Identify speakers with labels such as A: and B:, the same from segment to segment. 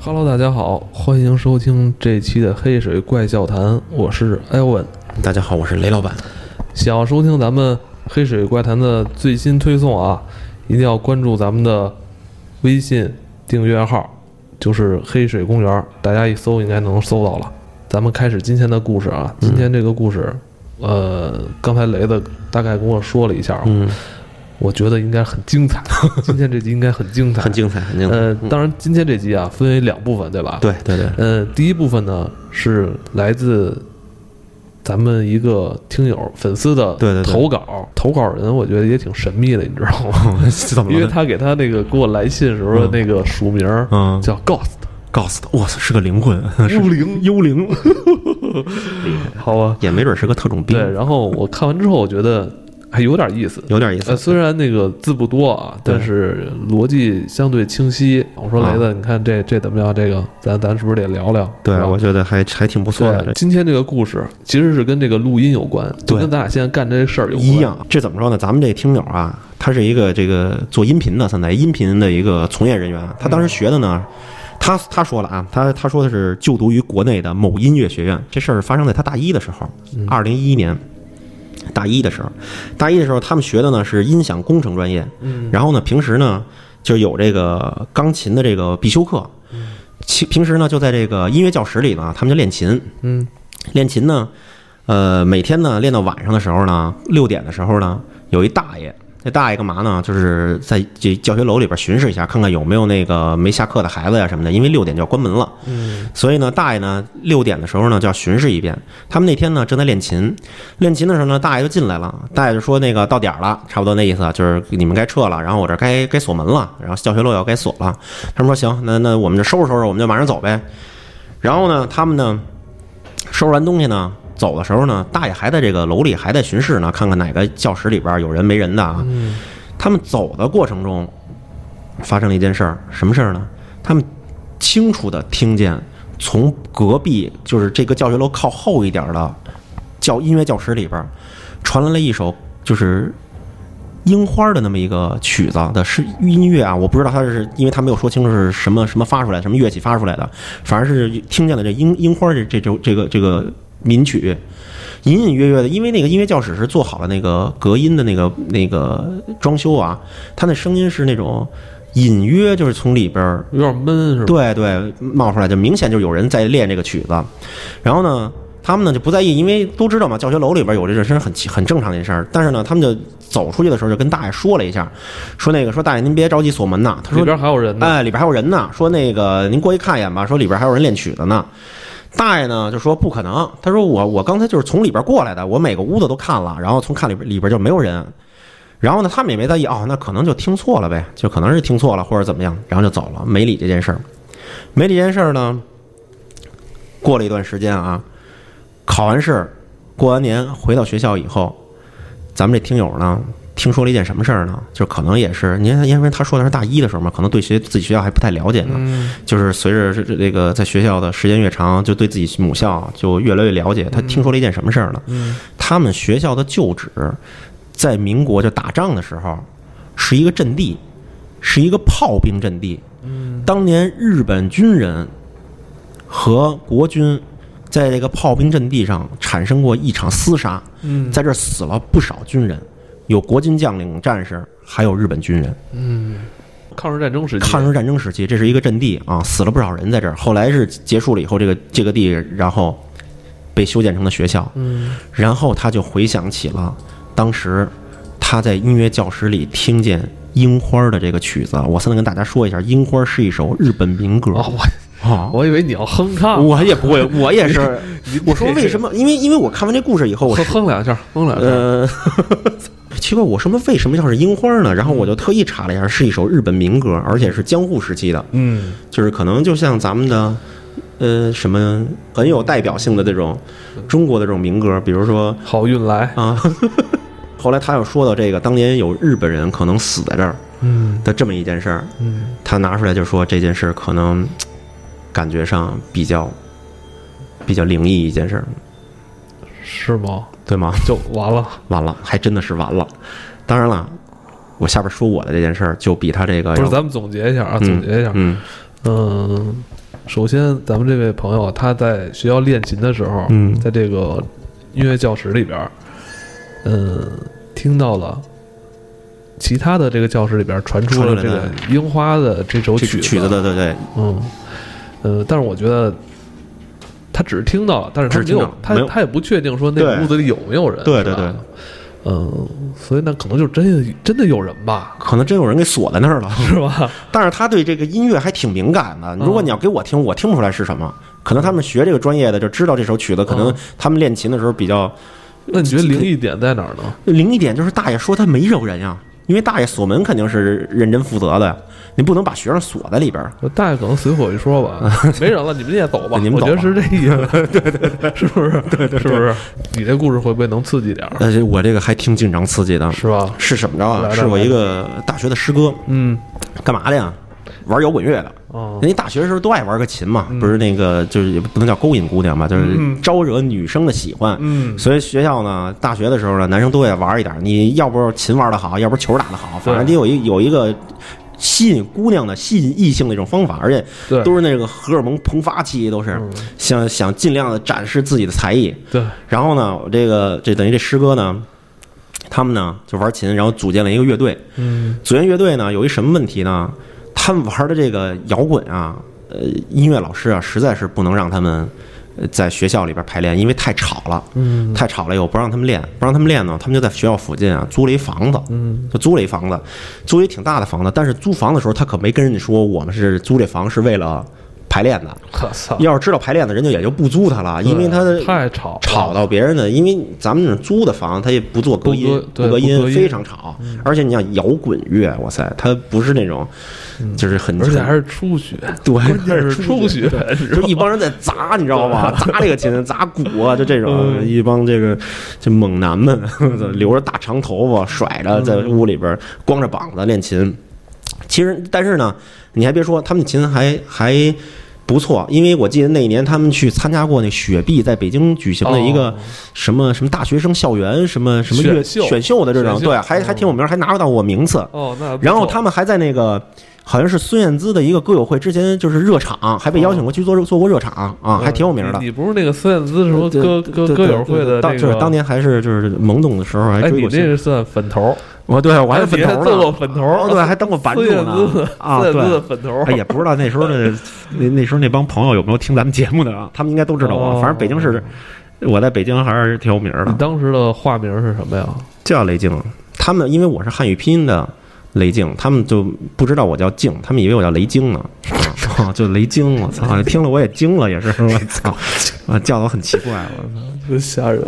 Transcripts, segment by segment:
A: Hello，大家好，欢迎收听这期的《黑水怪笑谈》，我是艾文。
B: 大家好，我是雷老板。
A: 想要收听咱们《黑水怪谈》的最新推送啊，一定要关注咱们的微信订阅号，就是“黑水公园”，大家一搜应该能搜到了。咱们开始今天的故事
B: 嗯
A: 啊，今天这个故事，呃，刚才雷子大概跟我说了一下，
B: 嗯，
A: 我觉得应该很精 彩。今天这集应该很精彩，
B: 很精彩，很精彩。
A: 呃，当然，今天这集啊分为两部分，对吧？
B: 对对对，
A: 呃，第一部分呢是来自咱们一个听友粉丝的
B: 对对对
A: 投稿，投稿人我觉得也挺神秘的，你知道吗？
B: 怎么
A: 因为
B: 了？
A: 他给他那个给我来信时候的那个署名儿
B: 嗯
A: 叫 Ghost，
B: ，Ghost，哇塞，是个灵 魂，幽灵，幽灵，
A: 好吧？
B: 也没准是个特种兵
A: 对，，然后我看完之后，我觉得还有点意思。
B: 有点意
A: 呃，
B: 思。
A: 虽然那个字不多啊，
B: 对
A: 但是逻辑相对清晰。我说
B: 啊
A: 雷子，你看这这怎么样？这个咱咱是不是得聊聊？
B: 对，
A: 是吧
B: 我觉得还还挺不错的，
A: 对
B: 这
A: 今天这个故事其实是跟这个录音有关，就
B: 对
A: 跟咱俩现在干这事儿有关。
B: 一样。这怎么说呢？咱们这听友啊，他是一个这个做音频的，现在音频的一个从业人员。他当时学的
A: 嗯
B: 呢，他他说了啊，他他说的是就读于国内的某音乐学院。这事儿发生在他大一的时候，
A: 嗯
B: 二零一一年。大一的时候，大一的时候他们学的呢是音响工程专业，
A: 嗯，
B: 然后呢，平时呢就有这个钢琴的这个必修课，
A: 嗯
B: 其平时呢就在这个音乐教室里呢，他们就练琴，
A: 嗯，
B: 练琴呢，呃，每天呢练到晚上的时候呢，六点的时候呢，有一大爷。那大爷干嘛呢？就是在这教学楼里边巡视一下，看看有没有那个没下课的孩子呀什么的。因为六点就要关门了，
A: 嗯
B: 所以呢，大爷呢六点的时候呢就要巡视一遍。他们那天呢正在练琴，练琴的时候呢，大爷就进来了。大爷就说那个到点儿了，差不多那意思，啊就是你们该撤了，然后我这该该锁门了，然后教学楼也要该锁了。他们说行，那那我们就收拾收拾，我们就马上走呗。然后呢，他们呢收拾完东西呢。走的时候呢，大爷还在这个楼里还在巡视呢，看看哪个教室里边有人没人的啊。
A: 嗯
B: 他们走的过程中，发生了一件事儿，什么事儿呢？他们清楚的听见从隔壁，就是这个教学楼靠后一点儿的教音乐教室里边儿，传来了一首就是樱花的那么一个曲子的是音乐啊，我不知道它是因为他没有说清楚是什么什么发出来，什么乐器发出来的，反正是听见了这樱樱花这这这这个这个民曲，隐隐约约的，因为那个音乐教室是做好了那个隔音的那个那个装修啊，它那声音是那种隐约就是从里边儿
A: 有点闷是吧？
B: 对对，冒出来就明显就有人在练这个曲子。然后呢，他们呢就不在意，因为都知道嘛，教学楼里边有这事儿很奇很正常的一事儿。但是呢，他们就走出去的时候就跟大爷说了一下，说那个说大爷您别着急锁门呐，他说
A: 里边还有人呢。
B: 哎，里边还有人呢，说那个您过去看一眼吧，说里边还有人练曲子呢。大爷呢就说不可能，他说我我刚才就是从里边过来的，我每个屋子都看了，然后从看里边里边就没有人。然后呢，他们也没在意，哦，那可能就听错了呗，就可能是听错了或者怎么样，然后就走了，没理这件事儿。没理这件事儿呢，过了一段时间啊，考完试，过完年回到学校以后，咱们这听友呢，听说了一件什么事儿呢？就可能也是，您看因为他说的是大一的时候嘛，可能对学自己学校还不太了解呢。
A: 嗯
B: 就是随着这这个在学校的时间越长，就对自己母校就越来越了解。他听说了一件什么事儿呢？
A: 嗯
B: 他们学校的旧址，在民国就打仗的时候，是一个阵地，是一个炮兵阵地。
A: 嗯
B: 当年日本军人和国军在这个炮兵阵地上产生过一场厮杀，
A: 嗯
B: 在这儿死了不少军人，有国军将领、战士，还有日本军人。
A: 嗯，抗日战争时期，啊
B: 抗日战争时期，这是一个阵地啊，死了不少人在这儿。后来是结束了以后，这个这个地然后被修建成了学校。
A: 嗯
B: 然后他就回想起了当时他在音乐教室里听见《樱花》的这个曲子。我现在跟大家说一下，《樱花》是一首日本民歌
A: 啊，
B: 啊。
A: 我我以为你要哼唱，
B: 我也 不会，我也是。我说为什么？因为因为我看完这故事以后，我
A: 哼哼两下，哼两下。
B: 呃， 奇怪，我什么为什么要是樱花呢？然后我就特意查了一下，是一首日本民歌，而且是江户时期的，
A: 嗯，
B: 就是可能就像咱们的，呃，什么很有代表性的这种中国的这种民歌，比如说
A: 好运来。
B: 啊。后来他又说到这个，当年有日本人可能死在这儿
A: 嗯
B: 的这么一件事儿，
A: 嗯
B: 他拿出来就说这件事儿可能嘖感觉上比较比较灵异一件事儿，
A: 是吗？
B: 对吗？
A: 就完了，
B: 完了，还真的是完了。当然了，我下边说我的这件事儿，就比他这个
A: 不是？
B: 要
A: 咱们总结一下啊，
B: 哎嗯
A: 总结一下。
B: 嗯，
A: 嗯，首先，咱们这位朋友他在学校练琴的时候，
B: 嗯
A: 在这个音乐教室里边儿，嗯，听到了其他的这个教室里边儿传出
B: 传出
A: 了
B: 来
A: 这个
B: 的
A: 《樱花》的这首
B: 这
A: 曲
B: 曲子的，对对，
A: 嗯，呃，但是我觉得他只是听到了，但是他
B: 只
A: 没
B: 是听
A: 有
B: 到，
A: 他
B: 没有
A: 他也不确定说那
B: 对
A: 个屋子里有没有人，
B: 对
A: 是
B: 对
A: 吧
B: 对，
A: 嗯，所以那可能就真的真的有人吧，
B: 可能真有人给锁在那儿了。
A: 是吧？
B: 但是他对这个音乐还挺敏感的。如果你要给我听，我听不出来是什么。可能他们学这个专业的就知道这首曲子，可能他们练琴的时候比较
A: 那你觉得灵异点在哪儿呢？
B: 灵一点，就是大爷说他没有人呀、啊因为大爷锁门肯定是认真负责的呀，你不能把学生锁在里边儿。
A: 大爷可能随口一说吧， 没人了，你们也走吧。
B: 你
A: 我
B: 们走
A: 觉得
B: 吧
A: 是这 意思，对对对， 是不是？对对，是不是？你这故事会不会能刺激点儿？
B: 而且呃我这个还挺紧张刺激的，
A: 是吧？
B: 是怎么着
A: 来
B: 啊？
A: 来
B: 是我一个大学的师哥，
A: 嗯，
B: 干嘛的呀？玩摇滚乐的。
A: 哦，嗯
B: 人家大学的时候都爱玩个琴嘛，不是那个就是也不能叫勾引姑娘吧，就是招惹女生的喜欢。
A: 嗯
B: 所以学校呢，大学的时候呢，男生都得玩一点。你要不琴玩的好，要不球打的好，
A: 对
B: 反正得有一有一个吸引姑娘的、吸引异性的一种方法，而且
A: 对嗯
B: 都是那个荷尔蒙膨发期，都是想想尽量的展示自己的才艺。
A: 对，
B: 然后呢，我这个这等于这师哥呢，他们呢就玩琴，然后组建了一个乐队。
A: 嗯
B: 组员乐队呢有一什么问题呢？他们玩的这个摇滚啊，呃，音乐老师啊，实在是不能让他们呃在学校里边排练，因为太吵了，
A: 嗯
B: 太吵了，又不让他们练，不让他们练呢，他们就在学校附近啊租了一房子，
A: 嗯，
B: 就租了一房子，租一挺大的房子，但是租房的时候他可没跟人家说我们是租这房是为了排练的，
A: 我操，
B: 要是知道排练的人就也就不租他了，因为他
A: 对太吵了
B: 吵到别人的，因为咱们那种租的房，它也不做隔音
A: 不隔，对
B: 隔
A: 不隔音嗯
B: 非常吵。而且你想摇滚乐，哇塞，它不是那种，就是很，
A: 嗯而且还
B: 很
A: 是初学，
B: 对
A: 关键是
B: 还
A: 初
B: 是
A: 学，你知
B: 就
A: 道
B: 一帮人在砸，你知道吧？砸这个琴，砸鼓啊，就这种一帮这个这猛 男们，留着大长头发，甩着在
A: 嗯
B: 屋里边光着膀子练琴。其实，但是呢，你还别说，他们的琴还还不错，因为我记得那一年他们去参加过那雪碧在北京举行的一个
A: 哦
B: 什么、什么大学生校园什么什么乐
A: 选秀
B: 选秀的这种，
A: 选秀
B: 对，还还挺有名，还拿到过名次。
A: 哦，那不错
B: 然后他们还在那个好像是孙燕姿的一个歌友会之前就是热场，还被邀请过去做做过热场啊，还挺有名的
A: 嗯你。你不是那个孙燕姿什么
B: 对
A: 歌
B: 对
A: 歌
B: 对
A: 歌
B: 对
A: 友会的
B: 当
A: 那
B: 就是
A: 个？
B: 当年还是就是懵懂的时候还
A: 哎，
B: 追
A: 你
B: 过
A: 这
B: 星，
A: 是算粉头儿，
B: 我对我还粉
A: 你
B: 头呢，
A: 还做过粉头儿
B: 哦对，还当过版主
A: 孙燕姿
B: 呢
A: 的，
B: 啊，
A: 孙燕姿
B: 对
A: 的。粉头儿
B: 哎，也不知道那时候的那那时候那帮朋友有没有听咱们节目的啊？他们应该都知道我，
A: 哦
B: 反正北京市，我在北京还是挺有名
A: 你
B: 的，
A: 当时的化名是什么呀？
B: 叫雷静。他们因为我是汉语拼音的雷静，他们就不知道我叫静，他们以为我叫雷晶呢，啊， 就雷晶，我操，听了我也惊了，也是，我操，啊，叫的我很奇怪，我操。
A: 真吓
B: 啊
A: 人！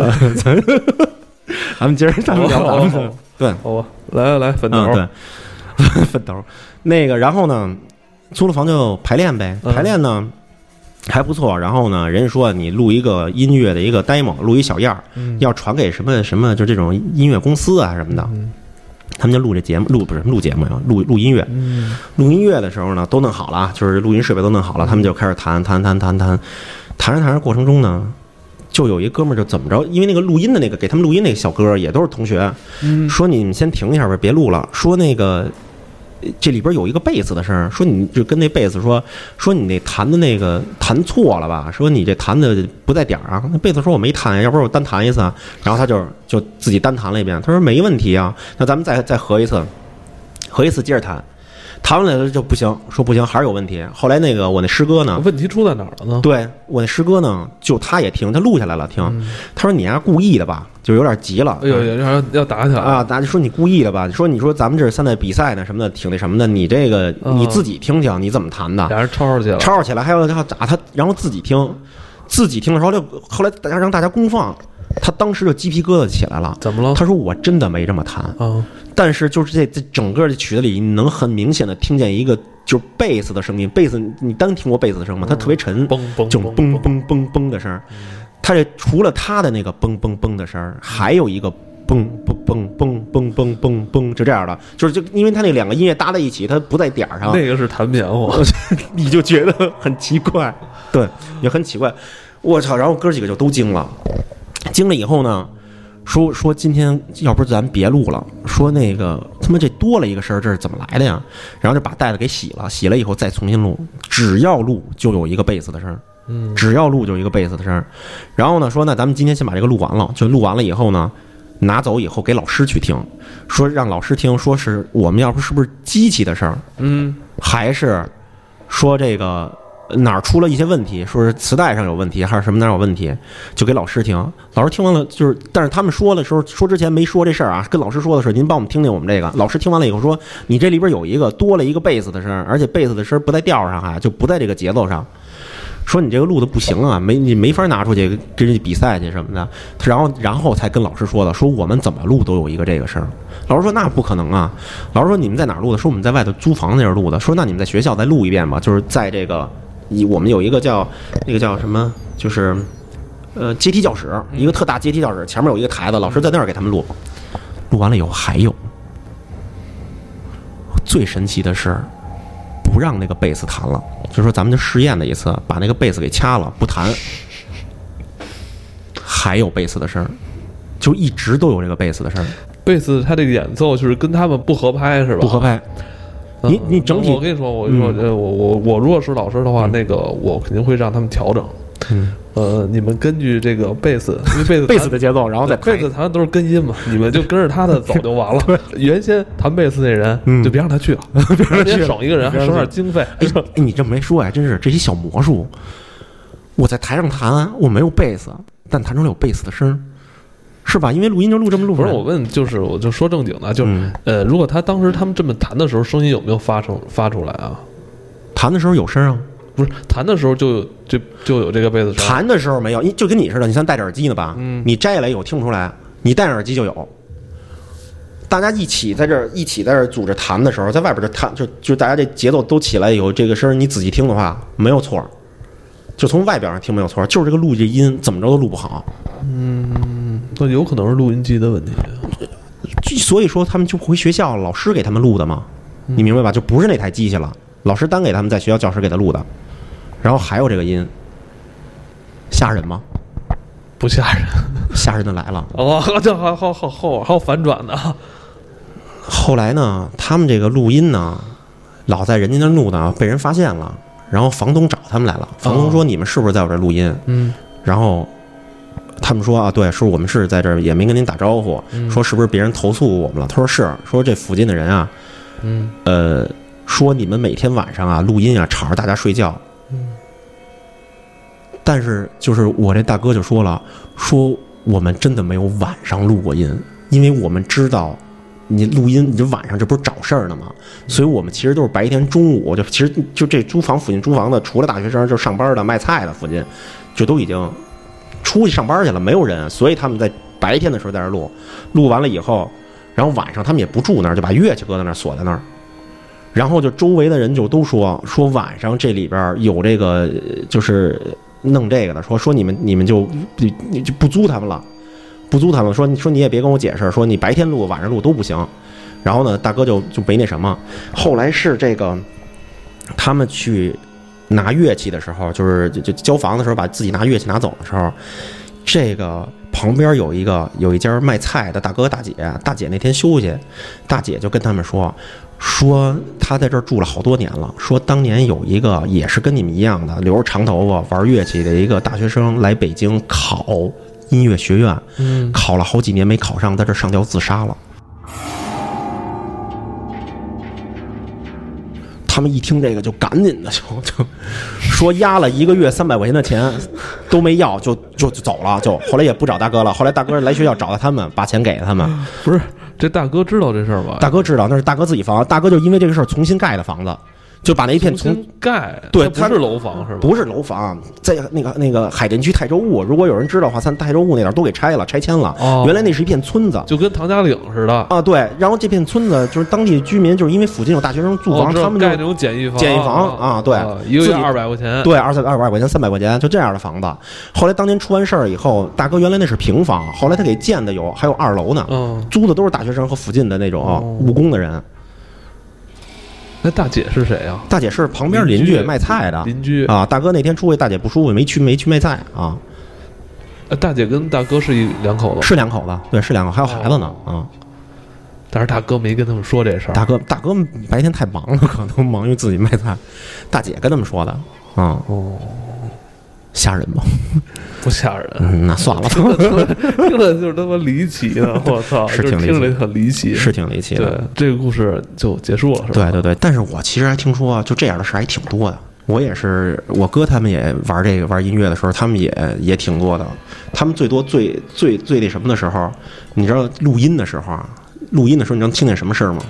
B: 咱们接着咱们聊咱们
A: 哦
B: 的， 对，
A: 好吧，来来来，粉头
B: 嗯，
A: 儿，
B: 对， 奋斗。那个，然后呢，租了房就排练呗，
A: 嗯
B: 排练呢还不错。然后呢，人家说你录一个音乐的一个 demo，录一小样儿，
A: 嗯
B: 要传给什么什么，就这种音乐公司啊什么的。
A: 嗯
B: 他们就录这节目，录不是录节目呀，录录音乐。
A: 嗯
B: 录音乐的时候呢，都弄好了啊，就是录音设备都弄好了，他们就开始弹弹弹弹弹，弹着弹着过程中呢，就有一哥们儿就怎么着，因为那个录音的那个给他们录音那个小哥儿也都是同学，
A: 嗯
B: 说你们先停一下吧，别录了。说那个呃这里边有一个贝斯的声儿，说你就跟那贝斯说说你那弹的那个弹错了吧，说你这弹的不在点儿啊。那贝斯说我没弹呀，要不然我单弹一次啊。然后他就就自己单弹了一遍，他说没问题啊，那咱们再再合一次，合一次接着弹。弹完了就不行，说不行还是有问题。后来那个我那师哥呢，
A: 问题出在哪儿了呢？
B: 对我那师哥呢，就他也听，他录下来了听。他说你丫故意的吧，就有点急了。
A: 嗯哎呦，有点要打起来了！
B: 啊，咱就说你故意的吧？你说你说咱们这是现在比赛呢，什么的，挺那什么的，你这个
A: 嗯
B: 你自己听听，你怎么弹的？
A: 俩人吵吵起来了。
B: 吵吵起来还要要打他，然后自己听，自己听的时候就后来大家让大家公放，他当时就鸡皮疙瘩起来了。
A: 怎么了？
B: 他说我真的没这么弹，
A: 啊，
B: 但是就是这这整个的曲子里，你能很明显的听见一个就是贝斯的声音，贝斯你单听过贝斯的声音吗？它特别沉，
A: 嘣嘣
B: 就
A: 嘣
B: 嘣嘣嘣嘣的声儿。它这除了它的那个嘣嘣嘣的声儿，还有一个嘣嘣嘣嘣嘣嘣嘣嘣，就这样的，就是就因为它那两个音乐搭在一起，它不在点儿上，
A: 那个是弹 棉花，
B: 你就觉得很奇怪，对，也很奇怪。我操！然后哥几个就都惊了，惊了以后呢，说说今天要不咱别录了，说那个他妈这多了一个声儿，这是怎么来的呀？然后就把袋子给洗了，洗了以后再重新录，只要录就有一个贝斯的声儿，
A: 嗯
B: 只要录就有一个贝斯的声儿。然后呢，说那咱们今天先把这个录完了，就录完了以后呢，拿走以后给老师去听，说让老师听，说是我们要不是不是机器的声儿，
A: 嗯
B: 还是说这个哪儿出了一些问题，说是磁带上有问题，还是什么哪儿有问题，就给老师听。老师听完了，就是但是他们说的时候，说之前没说这事儿啊，跟老师说的时候，您帮我们听听我们这个。老师听完了以后说，你这里边有一个多了一个贝斯的声儿，而且贝斯的声儿不在调上啊，就不在这个节奏上。说你这个录的不行啊，没你没法拿出去跟人家比赛去什么的，然后然后才跟老师说的，说我们怎么录都有一个这个声儿。老师说那不可能啊，老师说你们在哪儿录的？说我们在外头租房那儿录的。说那你们在学校再录一遍吧，就是在这个以我们有一个叫那个叫什么，就是呃阶梯教室，一个特大阶梯教室，前面有一个台子，老师在那儿给他们录。录完了以后还有，最神奇的是不让那个贝斯弹了，就说咱们就试验了一次，把那个贝斯给掐了，不弹，还有贝斯的声儿，就一直都有这个贝斯的声儿，
A: 贝斯他这个演奏就是跟他们不合拍是吧？
B: 不合拍。
A: 嗯
B: 你你整体嗯
A: 那我跟你说，我跟你说，呃，我我我如果是老师的话，那个我肯定会让他们调整。
B: 嗯，
A: 呃，你们根据这个贝斯，因为贝斯
B: 贝斯的节奏，然后再
A: 贝斯弹的都是根音嘛，你们就跟着他的走就 完了。原先弹贝斯那人
B: 嗯
A: 就别让他 去了， 别让他省一个人，还
B: 别让
A: 省
B: 他去
A: 点经费。
B: 哎，哎你这么没说还真是这些小魔术。我在台上弹，啊我没有贝斯，但弹出来有贝斯的声儿，是吧？因为录音就录这么录出
A: 不
B: 来。
A: 是我问，就是我就说正经的，就是、
B: 嗯
A: 呃，如果他当时他们这么弹的时候，声音有没有发生发出来啊？
B: 弹的时候有声啊，
A: 不是弹的时候就就就有这个贝斯声，
B: 弹的时候没有，你就跟你似的，你像戴着耳机呢吧？
A: 嗯
B: 你摘下来有听不出来，你戴上耳机就有。大家一起在这儿一起在这儿组织弹的时候，在外边就弹就就大家这节奏都起来有这个声儿，你仔细听的话没有错儿，就从外表上听没有错儿，就是这个录这音怎么着都录不好。
A: 那有可能是录音机的问题。
B: 所以说他们就回学校，老师给他们录的嘛，你明白吧？就不是那台机器了，老师单给他们在学校教室给他录的，然后还有这个音，吓人吗？
A: 不吓 人
B: 吓人的来了。
A: 哦，这还好好好还有反转的啊，
B: 后来呢，他们这个录音呢，老在人家那儿录呢，被人发现了，然后房东找他们来了，房东说你们是不是在我这儿录音？
A: 嗯，
B: 然后他们说啊，对，是我们是在这儿，也没跟您打招呼，说是不是别人投诉我们了？他说是，说这附近的人啊，
A: 嗯，
B: 呃，说你们每天晚上啊录音啊吵着大家睡觉，但是就是我这大哥就说了，说我们真的没有晚上录过音，因为我们知道。你录音，你这晚上这不是找事儿呢吗？所以我们其实都是白天中午，就其实就这租房附近租房的，除了大学生，就上班的、卖菜的附近，就都已经出去上班去了，没有人，所以他们在白天的时候在那儿录，录完了以后，然后晚上他们也不住那儿，就把乐器搁在那儿锁在那儿，然后就周围的人就都说说晚上这里边有这个呃就是弄这个的，说说你们你们就你你就不租他们了，不租他们，说你说你也别跟我解释，说你白天录晚上录都不行，然后呢，大哥就就没那什么，后来是这个他们去。拿乐器的时候，就是就就交房的时候，把自己拿乐器拿走的时候，这个旁边有一个有一家卖菜的大哥大姐，大姐那天休息，大姐就跟他们说，说她在这儿住了好多年了，说当年有一个也是跟你们一样的留着长头发玩乐器的一个大学生来北京考音乐学院，
A: 嗯，
B: 考了好几年没考上，在这儿上吊自杀了。他们一听这个就赶紧的就就说压了一个月三百块钱的钱都没要，就就就走了，就后来也不找大哥了。后来大哥来学校找到他们，把钱给了他们。
A: 不是这大哥知道这事儿吧？
B: 大哥知道那是大哥自己房，大哥就因为这个事儿重新盖的房子，就把那一片
A: 重
B: 从
A: 新盖，
B: 对
A: 它
B: 他
A: 不是楼房是吧？
B: 不是楼房，在那个那个海淀区泰州坞，如果有人知道的话，咱泰州坞那点儿都给拆了，拆迁了。
A: 哦
B: 原来那是一片村子，
A: 就跟唐家岭似的，
B: 啊，对，然后这片村子就是当地居民，就是因为附近有大学生住
A: 哦
B: 房，
A: 知道
B: 他们就
A: 盖那种简易房，
B: 简易房啊对
A: 一个
B: 自
A: 月
B: 己
A: 二百块钱，
B: 对二三二百块钱、三百块钱就这样的房子。后来当年出完事儿以后，大哥原来那是平房，后来他给建的有还有二楼呢，
A: 嗯，
B: 租的都是大学生和附近的那种
A: 哦
B: 务工的人。
A: 那大姐是谁啊？
B: 大姐是旁边邻
A: 邻居
B: 居卖菜的
A: 邻居
B: 啊
A: 哦
B: 啊，大哥那天出去，大姐不舒服，没去没去卖菜啊。
A: 呃大姐跟大哥是一两口子，
B: 是两口子，对，是两口，还有孩子呢啊、
A: 哦但是大哥没跟他们说这事儿。
B: 大哥，大哥白天太忙了，可能忙于自己卖菜。大姐跟他们说的，嗯，
A: 哦，
B: 吓人吧？
A: 不吓人，
B: 嗯，那算了吧，
A: 听着就是他妈离奇的，我操，
B: 是
A: 就是
B: 挺离
A: 听
B: 奇
A: 着很离奇。
B: 是挺离奇
A: 对
B: 的。，
A: 这个故事就结束了，是吧？
B: 对对对，但是我其实还听说啊，就这样的事儿还挺多的。我也是，我哥他们也玩这个玩音乐的时候，他们也也挺多的。他们最多最最最那什么的时候，你知道录音的时候啊，录音的时候你能听见什么事儿吗？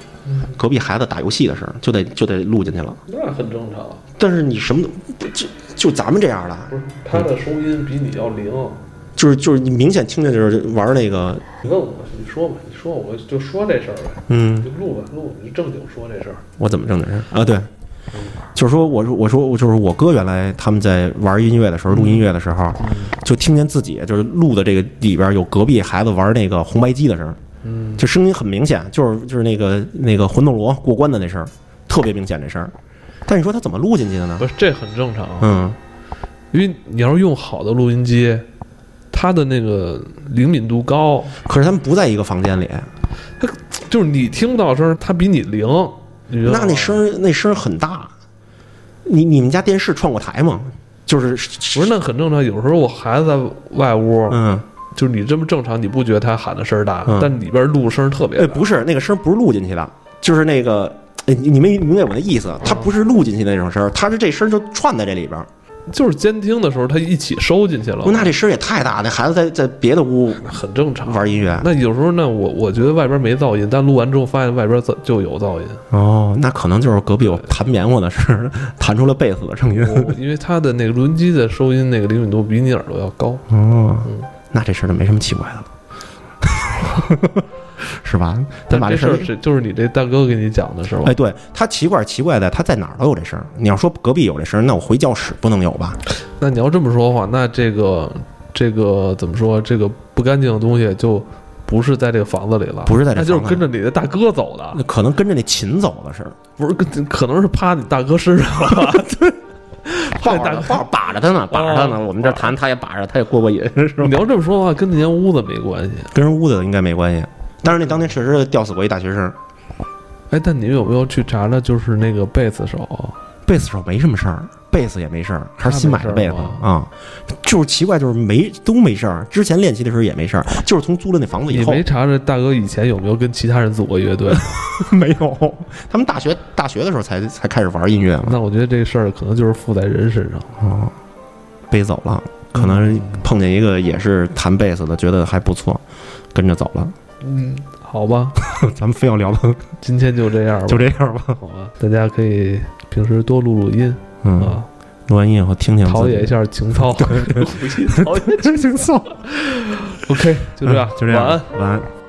B: 隔壁孩子打游戏的事儿，就得就得录进去了。
A: 那很正常。
B: 但是你什么都就就咱们这样的，
A: 不是，他的收音比你要灵。
B: 就是就是你明显听见就是玩那个，
A: 你问我，你说吧，你说我就说这事儿呗，
B: 嗯，
A: 就录吧，录，你就正经说这事儿。
B: 我怎么挣的事儿啊？对，就是说我说我说我就是我哥原来他们在玩音乐的时候录音乐的时候，就听见自己就是录的这个里边有隔壁孩子玩那个红白机的声儿，
A: 嗯，
B: 这声音很明显，就是就是那个那个魂斗罗过关的那声儿，特别明显这声儿。但你说他怎么录进去的呢
A: 不？是，这很正常。啊
B: 嗯，
A: 因为你要是用好的录音机，它的那个灵敏度高，
B: 可是他们不在一个房间里，
A: 就是你听不到声儿，它比你灵。你知道吗
B: 那那声儿那声儿很大。你你们家电视串过台吗？就是
A: 不是那很正常。有时候我孩子在外屋，
B: 嗯。
A: 就是你这么正常，你不觉得他喊的声儿大，
B: 嗯
A: 但里边录声儿特别
B: 哎，
A: 大。
B: 不是那个声儿不是录进去的，就是那个，哎，你你没明白我的意思？它
A: 嗯
B: 不是录进去的那种声儿，它是这声儿就串在这里边儿。
A: 就是监听的时候，他一起收进去了
B: 我说，那这声儿也太大，那孩子在在别的屋
A: 很正常。
B: 玩啊音乐。
A: 那有时候呢，我我觉得外边没噪音，但录完之后发现外边噪就有噪音。
B: 哦，那可能就是隔壁我弹棉花的声儿，弹出了贝斯的声音。
A: 我因为它的那个录音机的收音那个灵敏度比你耳朵要高。
B: 哦，
A: 嗯
B: 那这事儿就没什么奇怪的了， 是吧？咱
A: 但
B: 把
A: 这事
B: 事儿
A: 儿是就是你这大哥给你讲的是吧？
B: 哎，对，他奇怪奇怪的，他在哪儿都有这声儿。你要说隔壁有这声儿，那我回教室不能有吧？
A: 那你要这么说的话，那这个这个怎么说？这个不干净的东西就不是在这个房子里了，
B: 不是在这
A: 那就是
B: 房子
A: 跟
B: 里
A: 着你的大哥走的，
B: 那可能跟着那琴走的声儿，
A: 不是跟可能是趴你大哥身上了，
B: 抱
A: 趴你大
B: 着
A: 哥。
B: 抱把着他呢，把着他呢。我们这弹他也把着，他也过过瘾，是吧
A: 你？要这么说的话，跟那间屋子没关系。
B: 嗯跟人屋子应该没关系。但是那当年确实吊死过一大学生，
A: 哎，但你们有没有去查查，就是那个贝斯手啊？
B: 贝斯手没什么事儿，贝斯也没事儿，还是新买的贝斯
A: 那没事儿
B: 啊、就是奇怪，就是没都没事儿，之前练习的时候也没事儿，就是从租了那房子以
A: 你
B: 后
A: 没查查大哥以前有没有跟其他人组过乐队？
B: 没有。他们大学大学的时候才才开始玩音乐嘛，
A: 那我觉得这事儿可能就是附在人身上。
B: 哦，嗯背走了，可能碰见一个也是弹贝斯的，觉得还不错，跟着走了。
A: 嗯，好吧，
B: 咱们非要聊 到
A: 今天就这样吧，
B: 就这样吧，
A: 好吧，大家可以平时多录录音
B: 嗯，
A: 啊，
B: 录完音以后听听自己
A: 陶冶一下情操，故意陶冶。
B: 真轻松。
A: OK，就这样，
B: 嗯就这样，
A: 晚安。
B: 晚安。